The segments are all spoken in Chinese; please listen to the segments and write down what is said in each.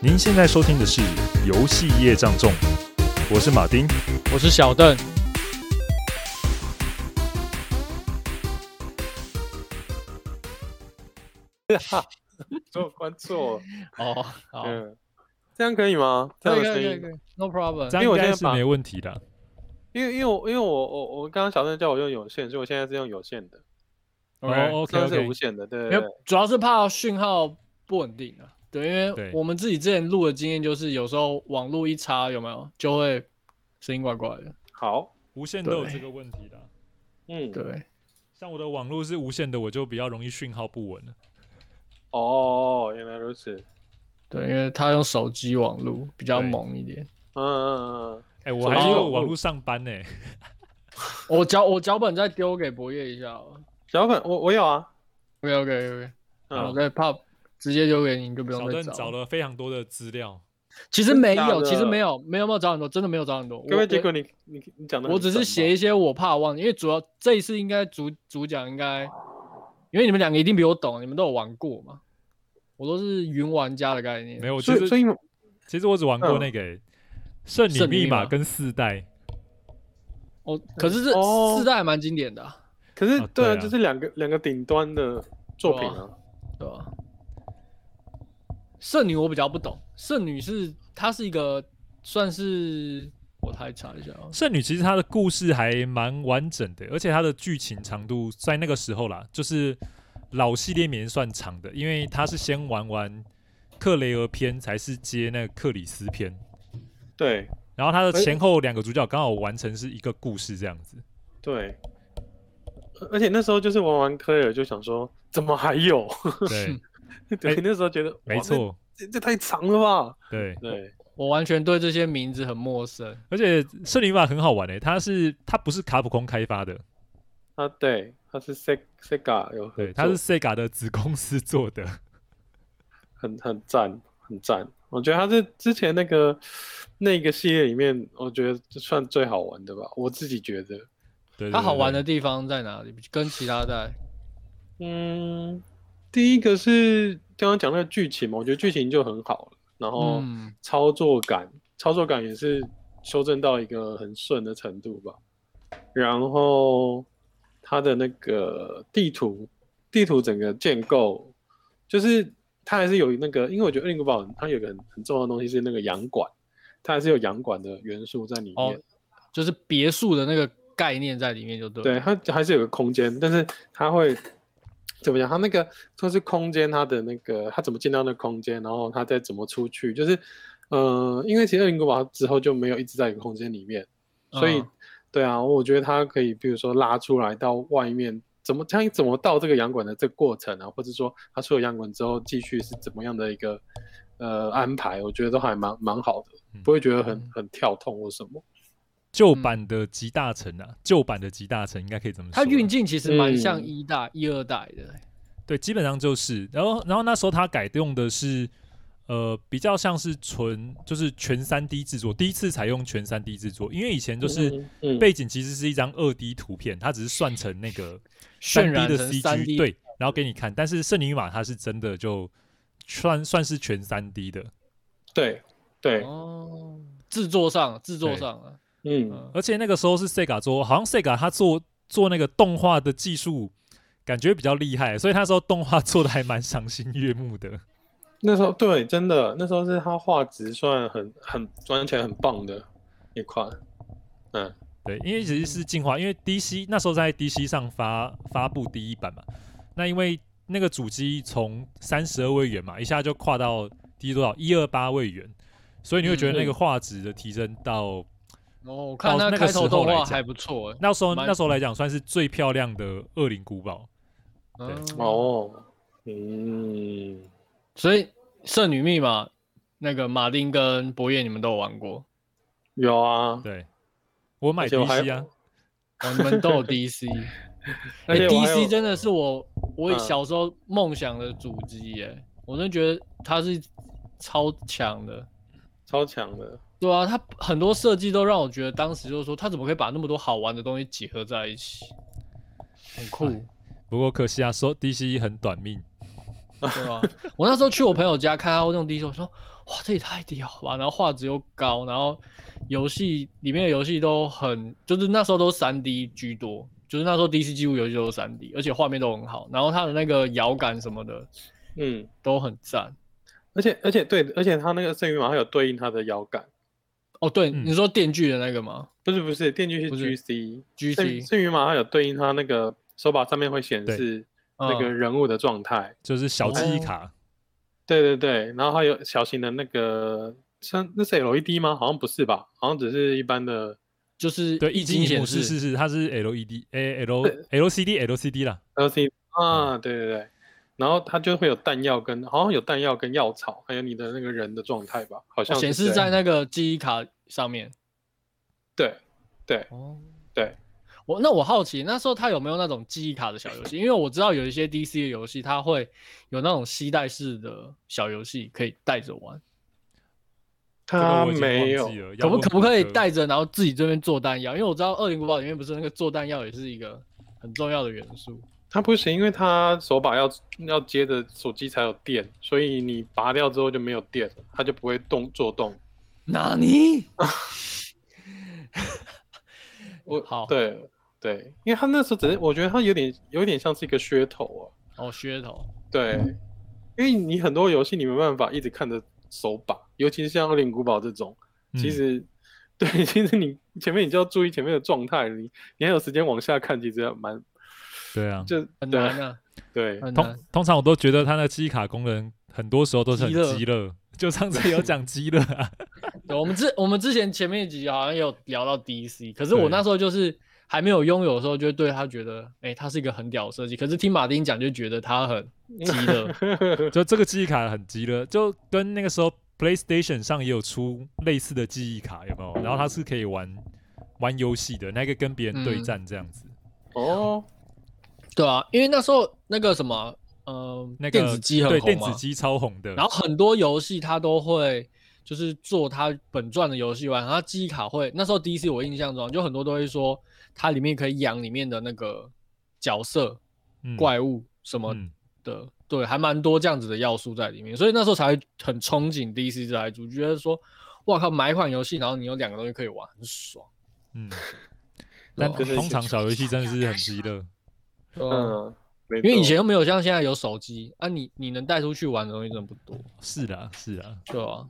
您现在收听的是《游戏业障重》，我是马丁。我是小邓。做关错了，哦，好，嗯，这样可以吗？这可样以可的声以可以音可，以，no problem。这样因应为我现该在是把没问题的。因为因为我因为我我我刚刚小邓叫我用有线，所以我现在是用有线的，哦 OK ，OK 上次是 OK 无。线的，对没对有，主要是怕讯号不稳定啊。对，因对为我们自己之前录的经验就是，有时候网络一插，有没有就会声音怪怪的。好，无线都有对这个问题的啊。嗯，对，像我的网络是无线的，我就比较容易讯号不稳了。哦，原来如此，对，因为他用手机网络比较对猛一点。嗯嗯嗯哎、我还手机是网用络网络上班呢、我脚我脚本再丢给博业一下好了。嗯，小粉我我有啊， OK OK OK，我嗯，再怕直接丢给你，你就不小用再邓找找了。了非常多的资料，其实没真的假有，的其实没有，没有没有找很多，真的没有找很多。各我位结果你你你讲的，我只是啊写一些我怕忘记，因为主要这一次应该主主讲应该，因为你们两个一定比我懂，你们都有玩过嘛，我都是云玩家的概念。没有，我其所以所实以其实我只玩过那个欸圣、女圣女密密码码跟四代，哦，可是这哦四代还蛮经典的啊、可是啊对对啊，啊这是两个两个顶端的作品啊，对吧、圣女我比较不懂，圣女是它是一个算是我来查一下啊，圣女其实它的故事还蛮完整的，而且它的剧情长度在那个时候啦，就是老系列里面算长的，因为它是先玩完克雷俄篇，才是接那个克里斯篇，对然后它的哎前后两个主角刚好完成是一个故事这样子。对。而而且那时候就是玩完科尔就想说，怎么还有？ 对，对，哎那时候觉得哇没那错，这这太长了吧？对。对，我完全对这些名字很陌生。而且圣女玛很好玩诶、它是它不是卡普空开发的，他对他是 Seg Sega 有合对，作它是 Sega 的子公司做的。很很赞很赞，我觉得他是之前那个那个系列里面，我觉得这算最好玩的吧，我自己觉得。对，对它好玩的对地方在哪里？跟其他代嗯，第一个是刚刚讲那个剧情嘛，我觉得剧情就很好了，然后嗯，操作感、操作感也是修正到一个很顺的程度吧。然后它的那个地图，地图整个建构，就是它还是有那个，因为我觉得《恶灵古堡》它有一个很很重要的东西是那个洋馆，它还是有洋馆的元素在里面。哦就是别墅的那个概念在里面就对了。对，它还是有个空间，但是它会怎么讲？它那个就是空间，它的那个它怎么进到那个空间，然后它再怎么出去，就是呃，因为其实《恶灵古堡》之后就没有一直在一个空间里面，所以、嗯对啊，我觉得它可以，比如说拉出来到外面。怎么它怎么到这个洋馆的这个过程啊，或者说它出了洋馆之后继续是怎么样的一个呃安排，我觉得都还蛮蛮好的嗯，不会觉得很嗯很跳痛或什么。旧版的集大成啊，旧版的集大成应该可以这么说它啊。运镜其实蛮像嗯一代、一二代的欸，对，基本上就是，然后然后那时候他改用的是，呃，比较像是纯就是全三 D 制作，第一次采用全三 D 制作，因为以前就是嗯嗯背景其实是一张二 D 图片，它只是算成那个 三渲 D 染的成三 CG， D。对，然后给你看，但是圣女玛它是真的就算算是全三 D 的，对对，哦，制作上，制作上啊，嗯，嗯，而且那个时候是 Sega 做，好像 Sega 他做做那个动画的技术感觉比较厉害，所以那时候动画做的还蛮赏心悦目的。那时候对，真的那时候是他画质算很很完全很棒的一款，嗯，对，因为其实是进化，因为 DC 那时候在 DC 上发发布第一版嘛，那因为那个主机从三十二位元嘛，一下就跨到低多少一二八位元，所以你会觉得那个画质的提升到哦，我看到那那个个开头时候动来画讲还不错欸，那时候蛮那时候来讲算是最漂亮的《恶灵古堡对嗯，哦，嗯，所以《圣女密码》那个马丁跟博彦你们都有玩过，有啊》，，对我买而且我还 DC 啊，哦，你们都有 DC，而且我还有 DC 哎真的是我我嗯小时候梦想的主机耶，我真的觉得它是超强的。超强的，对啊，它很多设计都让我觉得当时就是说，它怎么可以把那么多好玩的东西结合在一起，很酷，不过可惜啊，说 DC 很短命。 对吧、我那时候去我朋友家看他用 D 手，我说哇，这也太屌了吧！然后画质又高，然后游戏里面的游戏都很，就是那时候都三 D 居多，就是那时候 DC 几乎游戏都是三 D，而且画面都很好，然后它的那个摇感什么的嗯，都很赞。而且而且对，而且它那个圣域马还有对应它的摇杆，哦，对，嗯你说电锯的那个吗？不是不是，电锯是不是 GC， GC 圣圣域马还有对应它那个手把上面会显对示那个嗯人物的状态。就是小记忆卡，对对对，然后还有小型的那个，像那是 LED 吗？好像不是吧，好像只是一般的。就是对，液晶显幕是是是，它是 LED，诶 L LCD LCD 啦， 嗯 LC 啊，对对对，然后它就会有弹药跟，好像有弹药跟药草，还有你的那个人的状态吧，好哦像显是示这啊在样那个记忆卡上面。对对哦，对，我那我好奇那时候它有没有那种记忆卡的小游戏？因为我知道有一些 DC 的游戏，它会有那种吸带式的小游戏可以带着玩，这个它我已经没有忘记，了，要可不问可不可以谷歌带着然后自己这边做弹药？因为我知道《恶灵古堡》里面不是那个做弹药也是一个很重要的元素。它不行，因为它手把要要接着手机才有电，所以你拔掉之后就没有电，它就不会动做动。纳尼？我好对对，因为它那时候只是我觉得它有点有点像是一个噱头啊，哦，噱头。对，因为你很多游戏你没办法一直看着手把，尤其是像《恶灵古堡》这种，其嗯实、 对，其实你前面你就要注意前面的状态，你你还有时间往下看，其实还蛮对啊，就很对难啊，对很难通。通常我都觉得它的记忆卡功能很多时候都是很鸡肋鸡肋，就上次有讲鸡肋 啊，对，我们之我们之前前面几集好像有聊到 DC，可是对我那时候就是还没有拥有的时候，就会对他觉得，哎、它是一个很屌的设计。可是听马丁讲，就觉得它很鸡肋。就这个记忆卡很鸡肋，就跟那个时候 PlayStation 上也有出类似的记忆卡，有没有？然后它是可以玩玩游戏的，那个跟别人对嗯战这样子，哦，对啊，因为那时候那个什么，呃，那个电子机很对红电嘛子机超红的，然后很多游戏它都会就是做它本传的游戏玩，然后它记忆卡会那时候 DC 我印象中就很多都会说它里面可以养里面的那个角色、嗯怪物什么嗯的，对，还蛮多这样子的要素在里面，所以那时候才会很憧憬 DC 这台主，觉得说，哇靠，买一款游戏，然后你有两个东西可以玩，很爽。 嗯，但对啊通常小游戏真的是很鸡肋，嗯，嗯，没因为以错前又没有像现在有手机啊你，你能带出去玩的东西真的不多，是的，是的，对啊，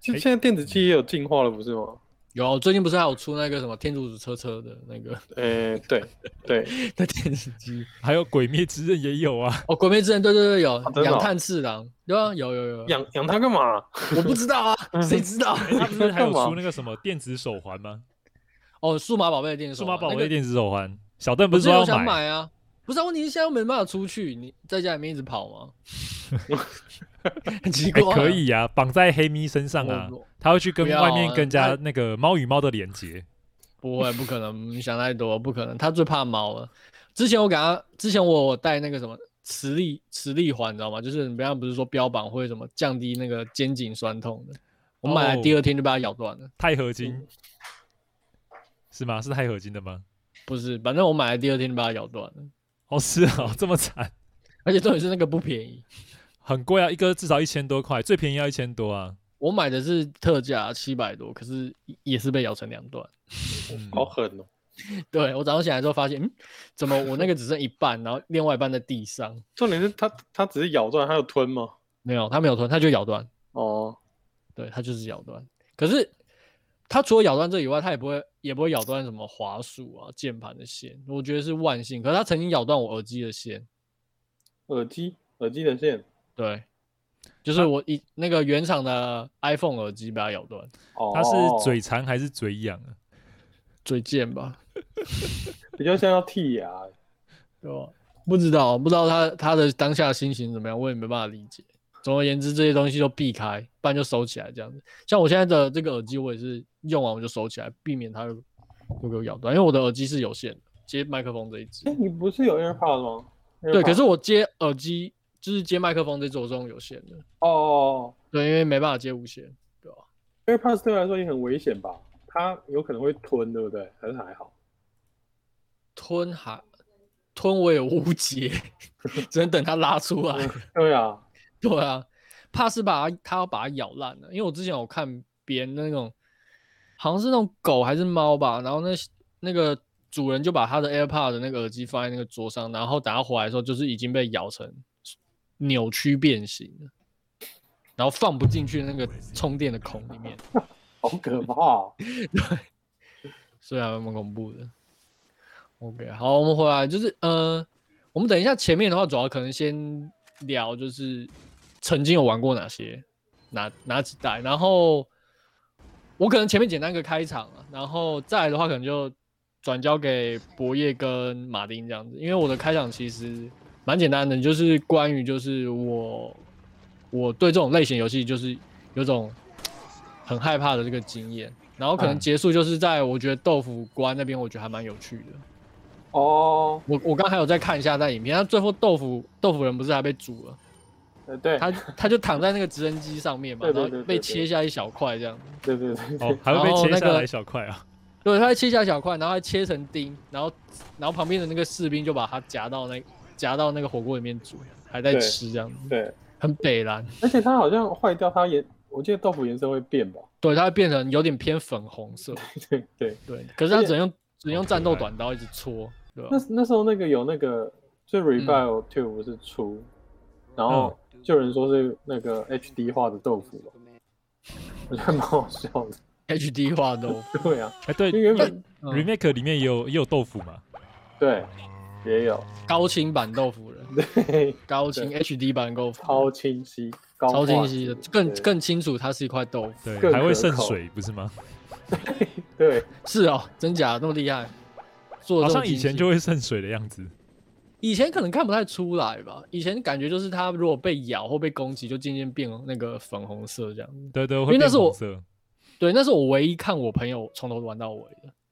其哎实现在电子机也有进化了，不是吗？有啊最近不是还有出那个什么天竺鼠车车的那 个诶，对对，的电视机？还有《鬼灭之刃》也有啊，哦，鬼灭之刃，对对对，有真的哦养炭次郎，对啊，有有有，养嗯养它干嘛？我不知道啊，谁知道？他不 是还有干嘛出那个什么电子手环吗？哦，数码宝贝的电视，数码宝那个贝电子手环，小邓不我是之说前有要想买？买啊，不是啊，问题是现在又没办法出去，你在家里面一直跑 吗？很奇怪哎啊、可以啊，绑在黑咪身上啊我，他会去跟不要外面啊更加他那个猫与猫的连接。不会，不可能，你想太多，不可能。他最怕猫了。之前我给他，之前我我带那个什么磁力磁力环，你知道吗？就是你不要不是说标榜会什么降低那个肩颈酸痛的，我买哦了第二天就被它咬断了。钛合金嗯是吗？是钛合金的吗？不是，反正我买了第二天就被它咬断了，哦，是哦，这么惨，而且重点是那个不便宜，很贵啊，一个至少一千多块，最便宜要一千多啊。我买的是特价七百多，可是也是被咬成两段。嗯好狠哦！对我早上醒来之后发现，嗯，怎么我那个只剩一半，然后另外一半在地上？重点是它它只是咬断，它有吞吗？没有，它没有吞，它就咬断。哦，对，它就是咬断。可是它除了咬断这以外，它也不会也不会咬断什么滑鼠啊、键盘的线，我觉得是万幸。可是它曾经咬断我耳机的线，耳机耳机的线对，就是我一、那个原厂的 iPhone 耳机被它咬断，哦，它是嘴馋还是嘴痒 啊？最贱吧？比较像要剔牙，对吧？不知道，不知道他他的当下心情怎么样，我也没办法理解。总而言之，这些东西都避开，不然就收起来这样子。像我现在的这个耳机，我也是用完我就收起来，避免它又又给我咬断。因为我的耳机是有线的，接麦克风这一只哎、。你不是有 AirPod 吗？对， AirPod 可是我接耳机就是接麦克风这只，我是用有线的。哦哦对，因为没办法接无线。哦，AirPods 对我来说也很危险吧？它有可能会吞，对不对？还是还好？吞还 嗯吞我也无解，只能等它拉出来。对啊，对啊，怕是把它它要把它咬烂了，因为我之前有看别人那种，好像是那种狗还是猫吧，然后那那个主人就把他的 AirPod 的那个耳机放在那个桌上，然后等他回来的时候，就是已经被咬成扭曲变形了，然后放不进去那个充电的孔里面，好可怕哦、所以还蛮恐怖的。OK，好，我们回来就是呃，我们等一下前面的话，主要可能先聊就是曾经有玩过哪些哪哪几代，然后我可能前面简单一个开场啊，然后再来的话可能就转交给博业跟马丁这样子，因为我的开场其实蛮简单的，就是关于就是我我对这种类型游戏就是有种很害怕的这个经验，然后可能嗯结束就是在我觉得豆腐关那边，我觉得还蛮有趣的。哦，我我刚还有再看一下那影片，他最后豆腐豆腐人不是还被煮了，呃，对，他他就躺在那个直升机上面嘛，对对然后对对被对切下一小块这样，对对对，哦，还会然被后切那下来个一小块啊。对，他切下一小块，然后还切成丁，然后然后旁边的那个士兵就把它夹到那夹到那个火锅里面煮，还在对吃这样子， 对，很北蓝，而且它好像坏掉，它颜，我记得豆腐颜色会变吧？ 对，它会变成有点偏粉红色，对对，对，可是他而且只能用只能好用可战斗爱短刀一直戳，对吧那？那时候那个有那个，就 Revival Two 不是出，然后就有人说是那个 HD 画的豆腐嘛， 我觉得蛮好笑的。 HD 画豆腐，对啊，哎，对因为原本嗯，remake 里面也有也有豆腐嘛。对也有，高清版豆腐人，嘿嘿高清 HD 版豆腐人，超清晰，高超清画晰质的，更对更清楚它是一块豆腐。对，更还会可渗口水不是 吗？对是哦，真假的那么厉害？做得好这么像以前精细就会渗水的样子。以前可能看不太出来吧，以前感觉就是它如果被咬或被攻击，就渐渐变那个粉红色这样。对对，为会那变是我红色。对，那是我唯一看我朋友从头玩到尾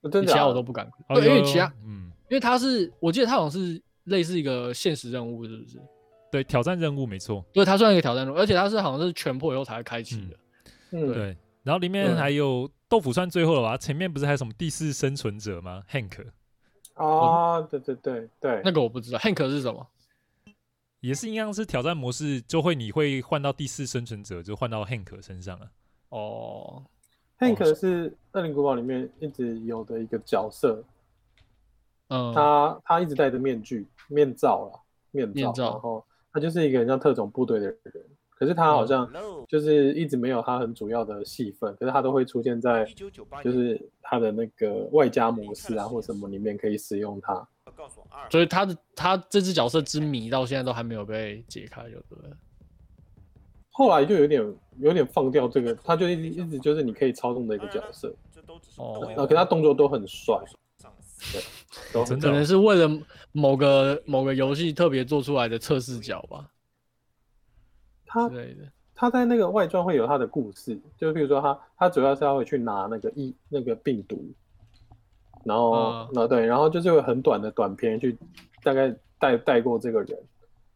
的，真的其啊假他的我都不敢。哦对，因有为有其他，嗯，因为它是，我记得它好像是类似一个现实任务，是不是？对，挑战任务没错。对，它算一个挑战任务，而且它是好像是全破以后才会开启的。嗯对，然后里面对还有豆腐算最后了吧？前面不是还有什么第四生存者吗？Hank 啊，对对对对，那个我不知道，Hank 是什么？也是一样，是挑战模式，就会你会换到第四生存者，就换到 Hank 身上啊。哦， Hank 是《恶灵古堡》里面一直有的一个角色，嗯，他他一直戴着面具、面罩啦，面罩，面罩然后他就是一个很像特种部队的人，可是哦他好像就是一直没有他很主要的戏份，可是他都会出现在就是他的那个外加模式啊或什么里面可以使用他。所以他的他这只角色之谜到现在都还没有被解开，就对了。后来就有点有点放掉这个，他就一直一直就是你可以操纵的一个角色，哦然后可他动作都很帅，对，都很真的哦可能是为了某个某个游戏特别做出来的测试角吧他之类的。他在那个外传会有他的故事，就比如说他他主要是要去拿那个疫那个病毒，然后嗯那、对，然后就是有很短的短片去大概带带过这个人，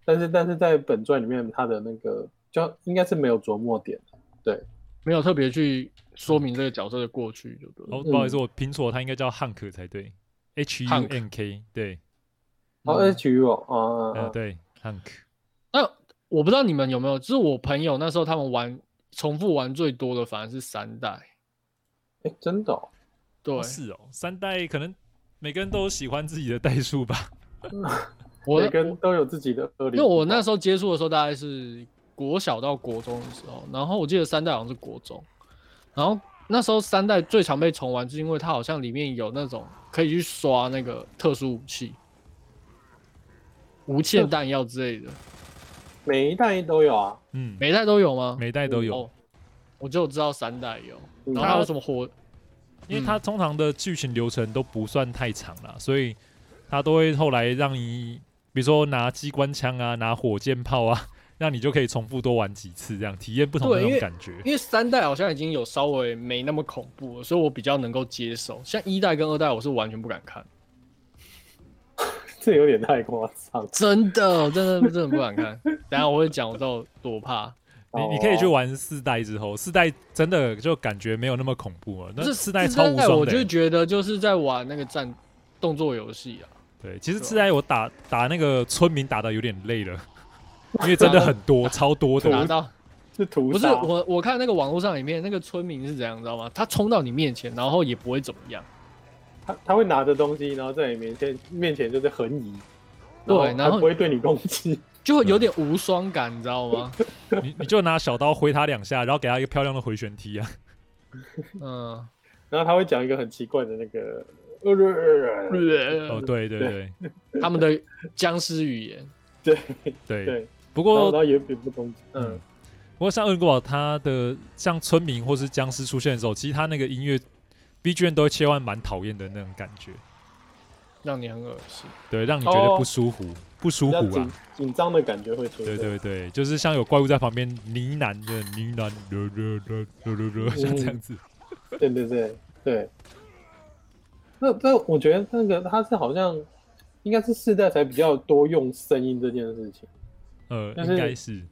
但是但是在本传里面他的那个就应该是没有琢磨点，没有特别去说明这个角色的过去，就对了。哦，不好意思，我拼错，他应该叫 Hank 才对，H U N K，对，然后嗯 H U 哦，啊呃，，对，Hank，那我不知道你们有没有，就是我朋友那时候他们玩重复玩最多的反而是三代，哎，真的、哦，对、哦是哦，三代可能每个人都有喜欢自己的代数吧。我每个人都有自己的恶因灵为我那时候接触的时候大概是国小到国中的时候，然后我记得三代好像是国中，然后那时候三代最常被重玩，是因为它好像里面有那种可以去刷那个特殊武器，无限弹药之类的，每一代都有啊，嗯，每一代都有吗？每一代都有哦，，我就知道三代有，嗯然后还有什么火，因为它嗯通常的剧情流程都不算太长啦，所以它都会后来让你，比如说拿机关枪啊，拿火箭炮啊， 让你就可以重复多玩几次，这样体验不同的对那因种为感觉。因为三代好像已经有稍微没那么恐怖了，所以我比较能够接受。像一代跟二代我是完全不敢看，这有点太夸张。真的真的真的不敢看。等一下我会讲我到底多怕。你哦你可以去玩四代之后，四代真的就感觉没有那么恐怖了。哦不那是四代超无代双我的、欸就觉得就是在玩那个战动作游戏啊，对，其实对啊四代我打 打那个村民打的有点累了，因为真的很多，超多打的。到是屠不是杀。我，我看那个网络上里面那个村民是怎样，你知道吗？他冲到你面前，然后也不会怎么样。他他会拿着东西，然后在你面前面前就是横移，对然他后不会对你攻击。 就会有点无双感，你知道 吗？你你就拿小刀挥他两下，然后给他一个漂亮的回旋踢啊！嗯，然后他会讲一个很奇怪的那个，哦，对对对他们的僵尸语言，对对对，不然后过然后也也不攻击，嗯嗯，不过像恶灵古堡，它的像村民或是僵尸出现的时候，其实它那个音乐 BGM 都会切换蛮讨厌的那种感觉，让你很恶心。对，让你觉得哦不舒服，不舒比服较啊紧。紧张的感觉会出对现。对对，就是像有怪物在旁边呢喃的呢喃，呃呃呃呃呃，像这样子。对对对对。那那我觉得那个他是好像应该是世代才比较多用声音这件事情。呃，但应是该是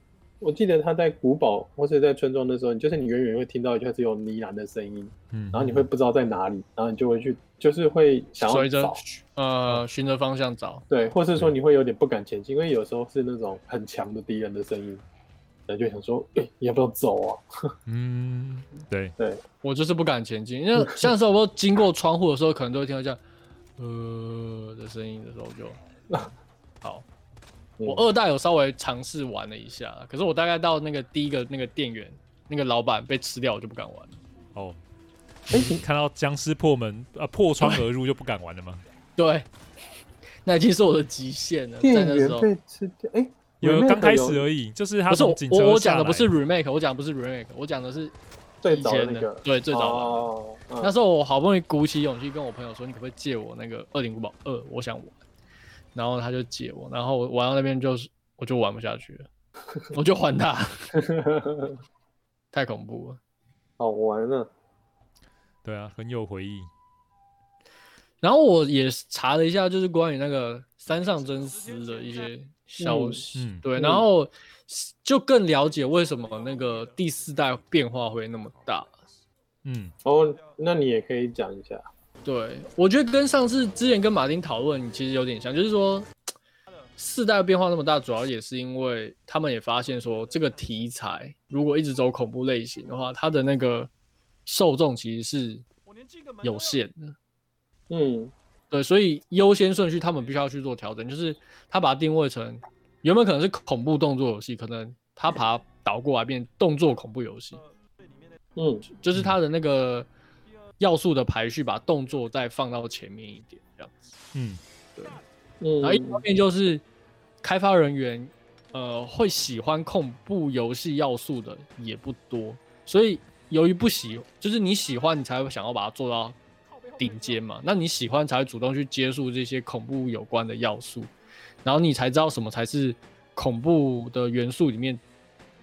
我记得他在古堡或者在村庄的时候，你就是你远远会听到就是有呢喃的声音，嗯，然后你会不知道在哪里，然后你就会去，就是会想要随着找，呃，循着方向找，对，或是说你会有点不敢前进，因为有时候是那种很强的敌人的声音，然后就想说，哎、你要不要走啊？嗯，对，我就是不敢前进，因嗯为像是我经过窗户的时候，可能都会听到这样呃的声音的时候就，好。我嗯二代有稍微尝试玩了一下，可是我大概到那个第一个那个店员那个老板被吃掉，我就不敢玩了。哦，哎、 你看到僵尸破门呃破窗而入就不敢玩了吗？对，那已经是我的极限了。在店那时候员，被吃掉，哎、有 remake 刚开始而已，就是他不是从我警车我我讲的下不是来 remake，我讲的不是 remake，我讲的是最以早的前的那个，对最早的。哦，嗯那时候我好不容易鼓起勇气跟我朋友说，你可不可以借我那个《恶灵古堡二》，我想玩。然后他就借我，然后我玩到那边就是我就玩不下去了， 我就还他，太恐怖了。好玩啊！对啊，很有回忆。然后我也查了一下，就是关于那个山上真司的一些消嗯息，嗯对，嗯然后就更了解为什么那个第四代变化会那么大。嗯，哦，那你也可以讲一下。对，我觉得跟上次之前跟马丁讨论其实有点像，就是说世代变化那么大，主要也是因为他们也发现说，这个题材如果一直走恐怖类型的话，它的那个受众其实是有限的。嗯，对，所以优先顺序他们必须要去做调整，就是他把它定位成原本可能是恐怖动作游戏，可能他把它倒过来变动作恐怖游戏，嗯，就是它的那个要素的排序，把动作再放到前面一点，这样。嗯，嗯，然后一方面就是开发人员，呃，会喜欢恐怖游戏要素的也不多，所以由于不喜，就是你喜欢，你才会想要把它做到顶尖嘛。那你喜欢才会主动去接触这些恐怖有关的要素，然后你才知道什么才是恐怖的元素里面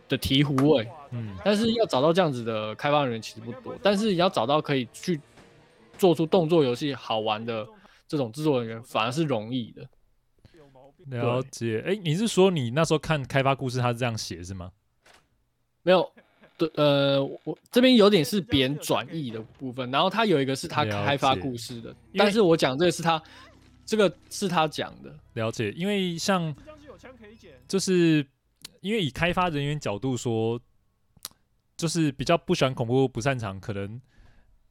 的醍醐味。嗯但是要找到这样子的开发人员其实不多，但是要找到可以去做出动作游戏好玩的这种制作人员，反而是容易的。了解。哎，你是说你那时候看开发故事，他是这样写是吗？没有，对，呃，我这边有点是别人转译的部分，然后他有一个是他了解开发故事的，为但是我讲这个是他，这个是他讲的，了解，因为像僵尸有枪可以捡，就是因为以开发人员角度说，就是比较不喜欢恐怖、不擅长，可能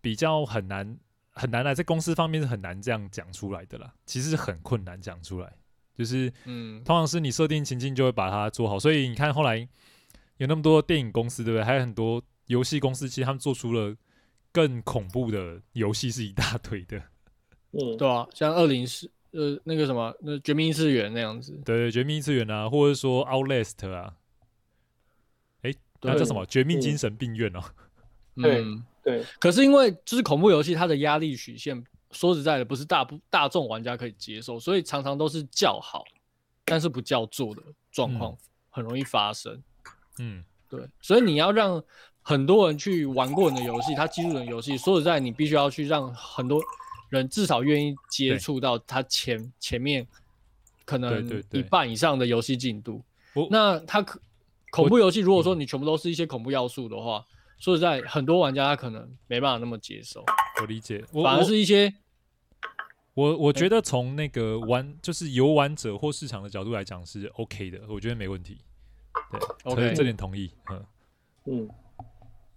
比较很难很难啊来在公司方面是很难这样讲出来的啦。其实很困难讲出来，就是嗯，通常是你设定情境就会把它做好。所以你看后来有那么多电影公司，对不对？还有很多游戏公司，其实他们做出了更恐怖的游戏是一大堆的。嗯，对啊，像二零四，呃，那个什么，那《绝命异次元》那样子，对，绝命异次元啊，或者说 Outlast 啊，诶，那对叫什么？绝命嗯精神病院哦。对嗯，对，可是因为就是恐怖游戏，它的压力曲线说实在的，不是大不大众玩家可以接受，所以常常都是叫好，但是不叫做的状况很容易发生。嗯对，所以你要让很多人去玩过你的游戏，它基础的游戏，说实在，你必须要去让很多人至少愿意接对触到它前前面可能对对一半以上的游戏进度我。嗯那它可恐怖游戏，如果说你全部都是一些恐怖要素的话，说实在，很多玩家他可能没办法那么接受，，我理解。我反而是一些我我我觉得从那个玩就是游玩者或市场的角度来讲是 OK 的，我觉得没问题。对 OK 这这点同意。嗯，嗯，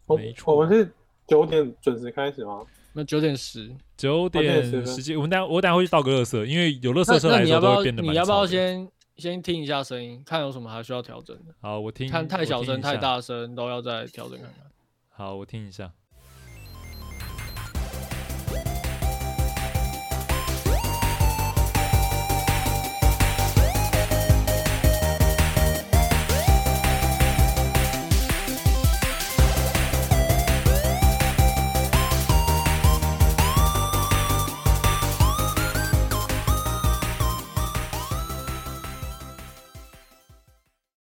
我没错我们是九点准时开始吗？那九点十，九点十分十七，我们等下我等下会去倒个垃圾，因为有垃圾那车那来你说要不都要会变得蛮你要不吵要的？先先听一下声音，看有什么还需要调整的？好，我听看太我小听声、一下太，大声都要再调整看看。好，我听一下。